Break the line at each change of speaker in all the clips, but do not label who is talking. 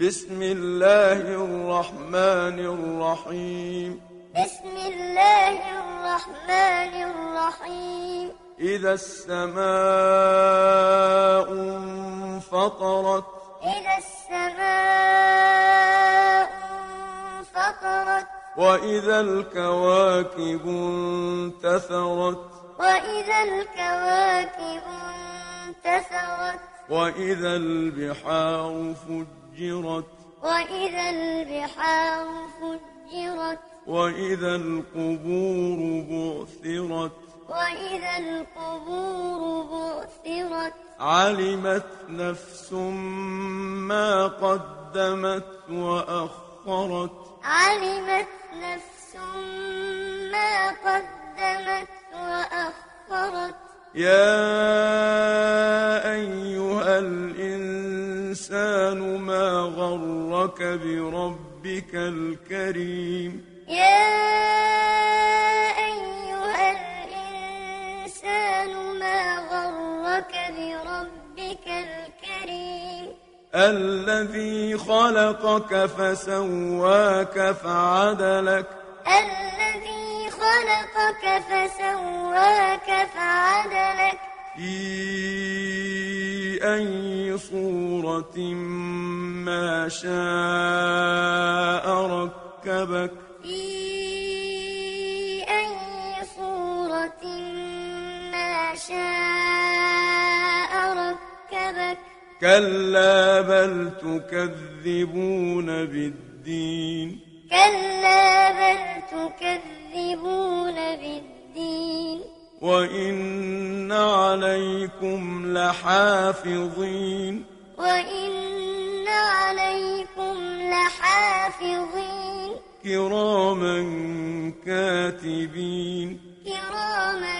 بسم الله الرحمن الرحيم
بسم الله الرحمن الرحيم
إذا السماء انفطرت
إذا السماء انفطرت
وإذا الكواكب انتثرت
وإذا الكواكب انتثرت
وإذا البحار فجرت
وإذا البحار فجرت
وإذا القبور بعثرت
وإذا القبور بعثرت
علمت نفس ما قدمت وأخرت
علمت نفس ما قدمت وأخرت
يا أيها الإنسان ما غرك بربك الكريم
يا أيها الإنسان ما غرك بربك الكريم
الذي خلقك فسواك فعدلك
الذي خلقك فسواك فعدلك
في أي صورة ما شاء ركبك
في أي صورة ما شاء ركبك
كلا بل تكذبون بالدين
كلا بل تكذبون بالدين
وإن عليكم لحافظين
وإن عليكم لحافظين
كراما كاتبين
كراما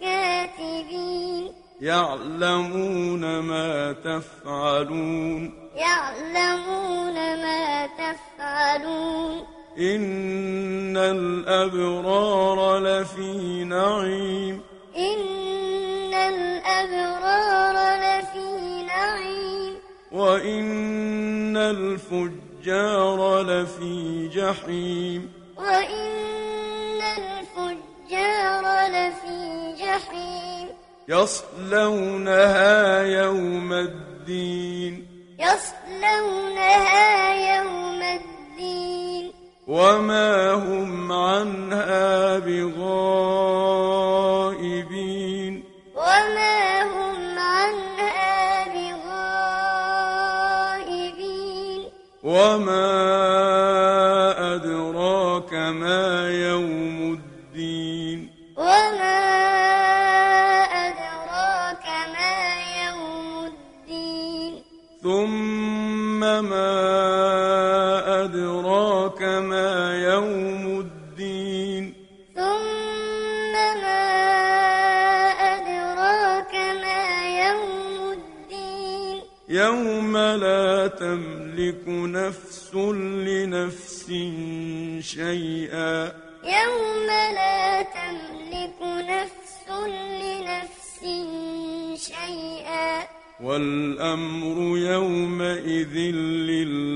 كاتبين
يعلمون ما تفعلون
يعلمون ما تفعلون
إن الأبرار لفي نعيم
إن الأبرار لفي نعيم
وإن الفجار لفي جحيم
وإن الفجار لفي جحيم
يصلونها يوم الدين
يصلونها يوم الدين
وما هم عنها بغائبين
وما هم عنها بغائبين
وما أدراك ما يوم الدين
وما أدراك ما يوم الدين
ثم ما أدراك ما يوم الدين
ثم ما أدراك ما يوم الدين
يوم لا تملك نفس لنفس شيئا
يوم لا تملك نفس لنفس شيئا
والأمر يومئذ لله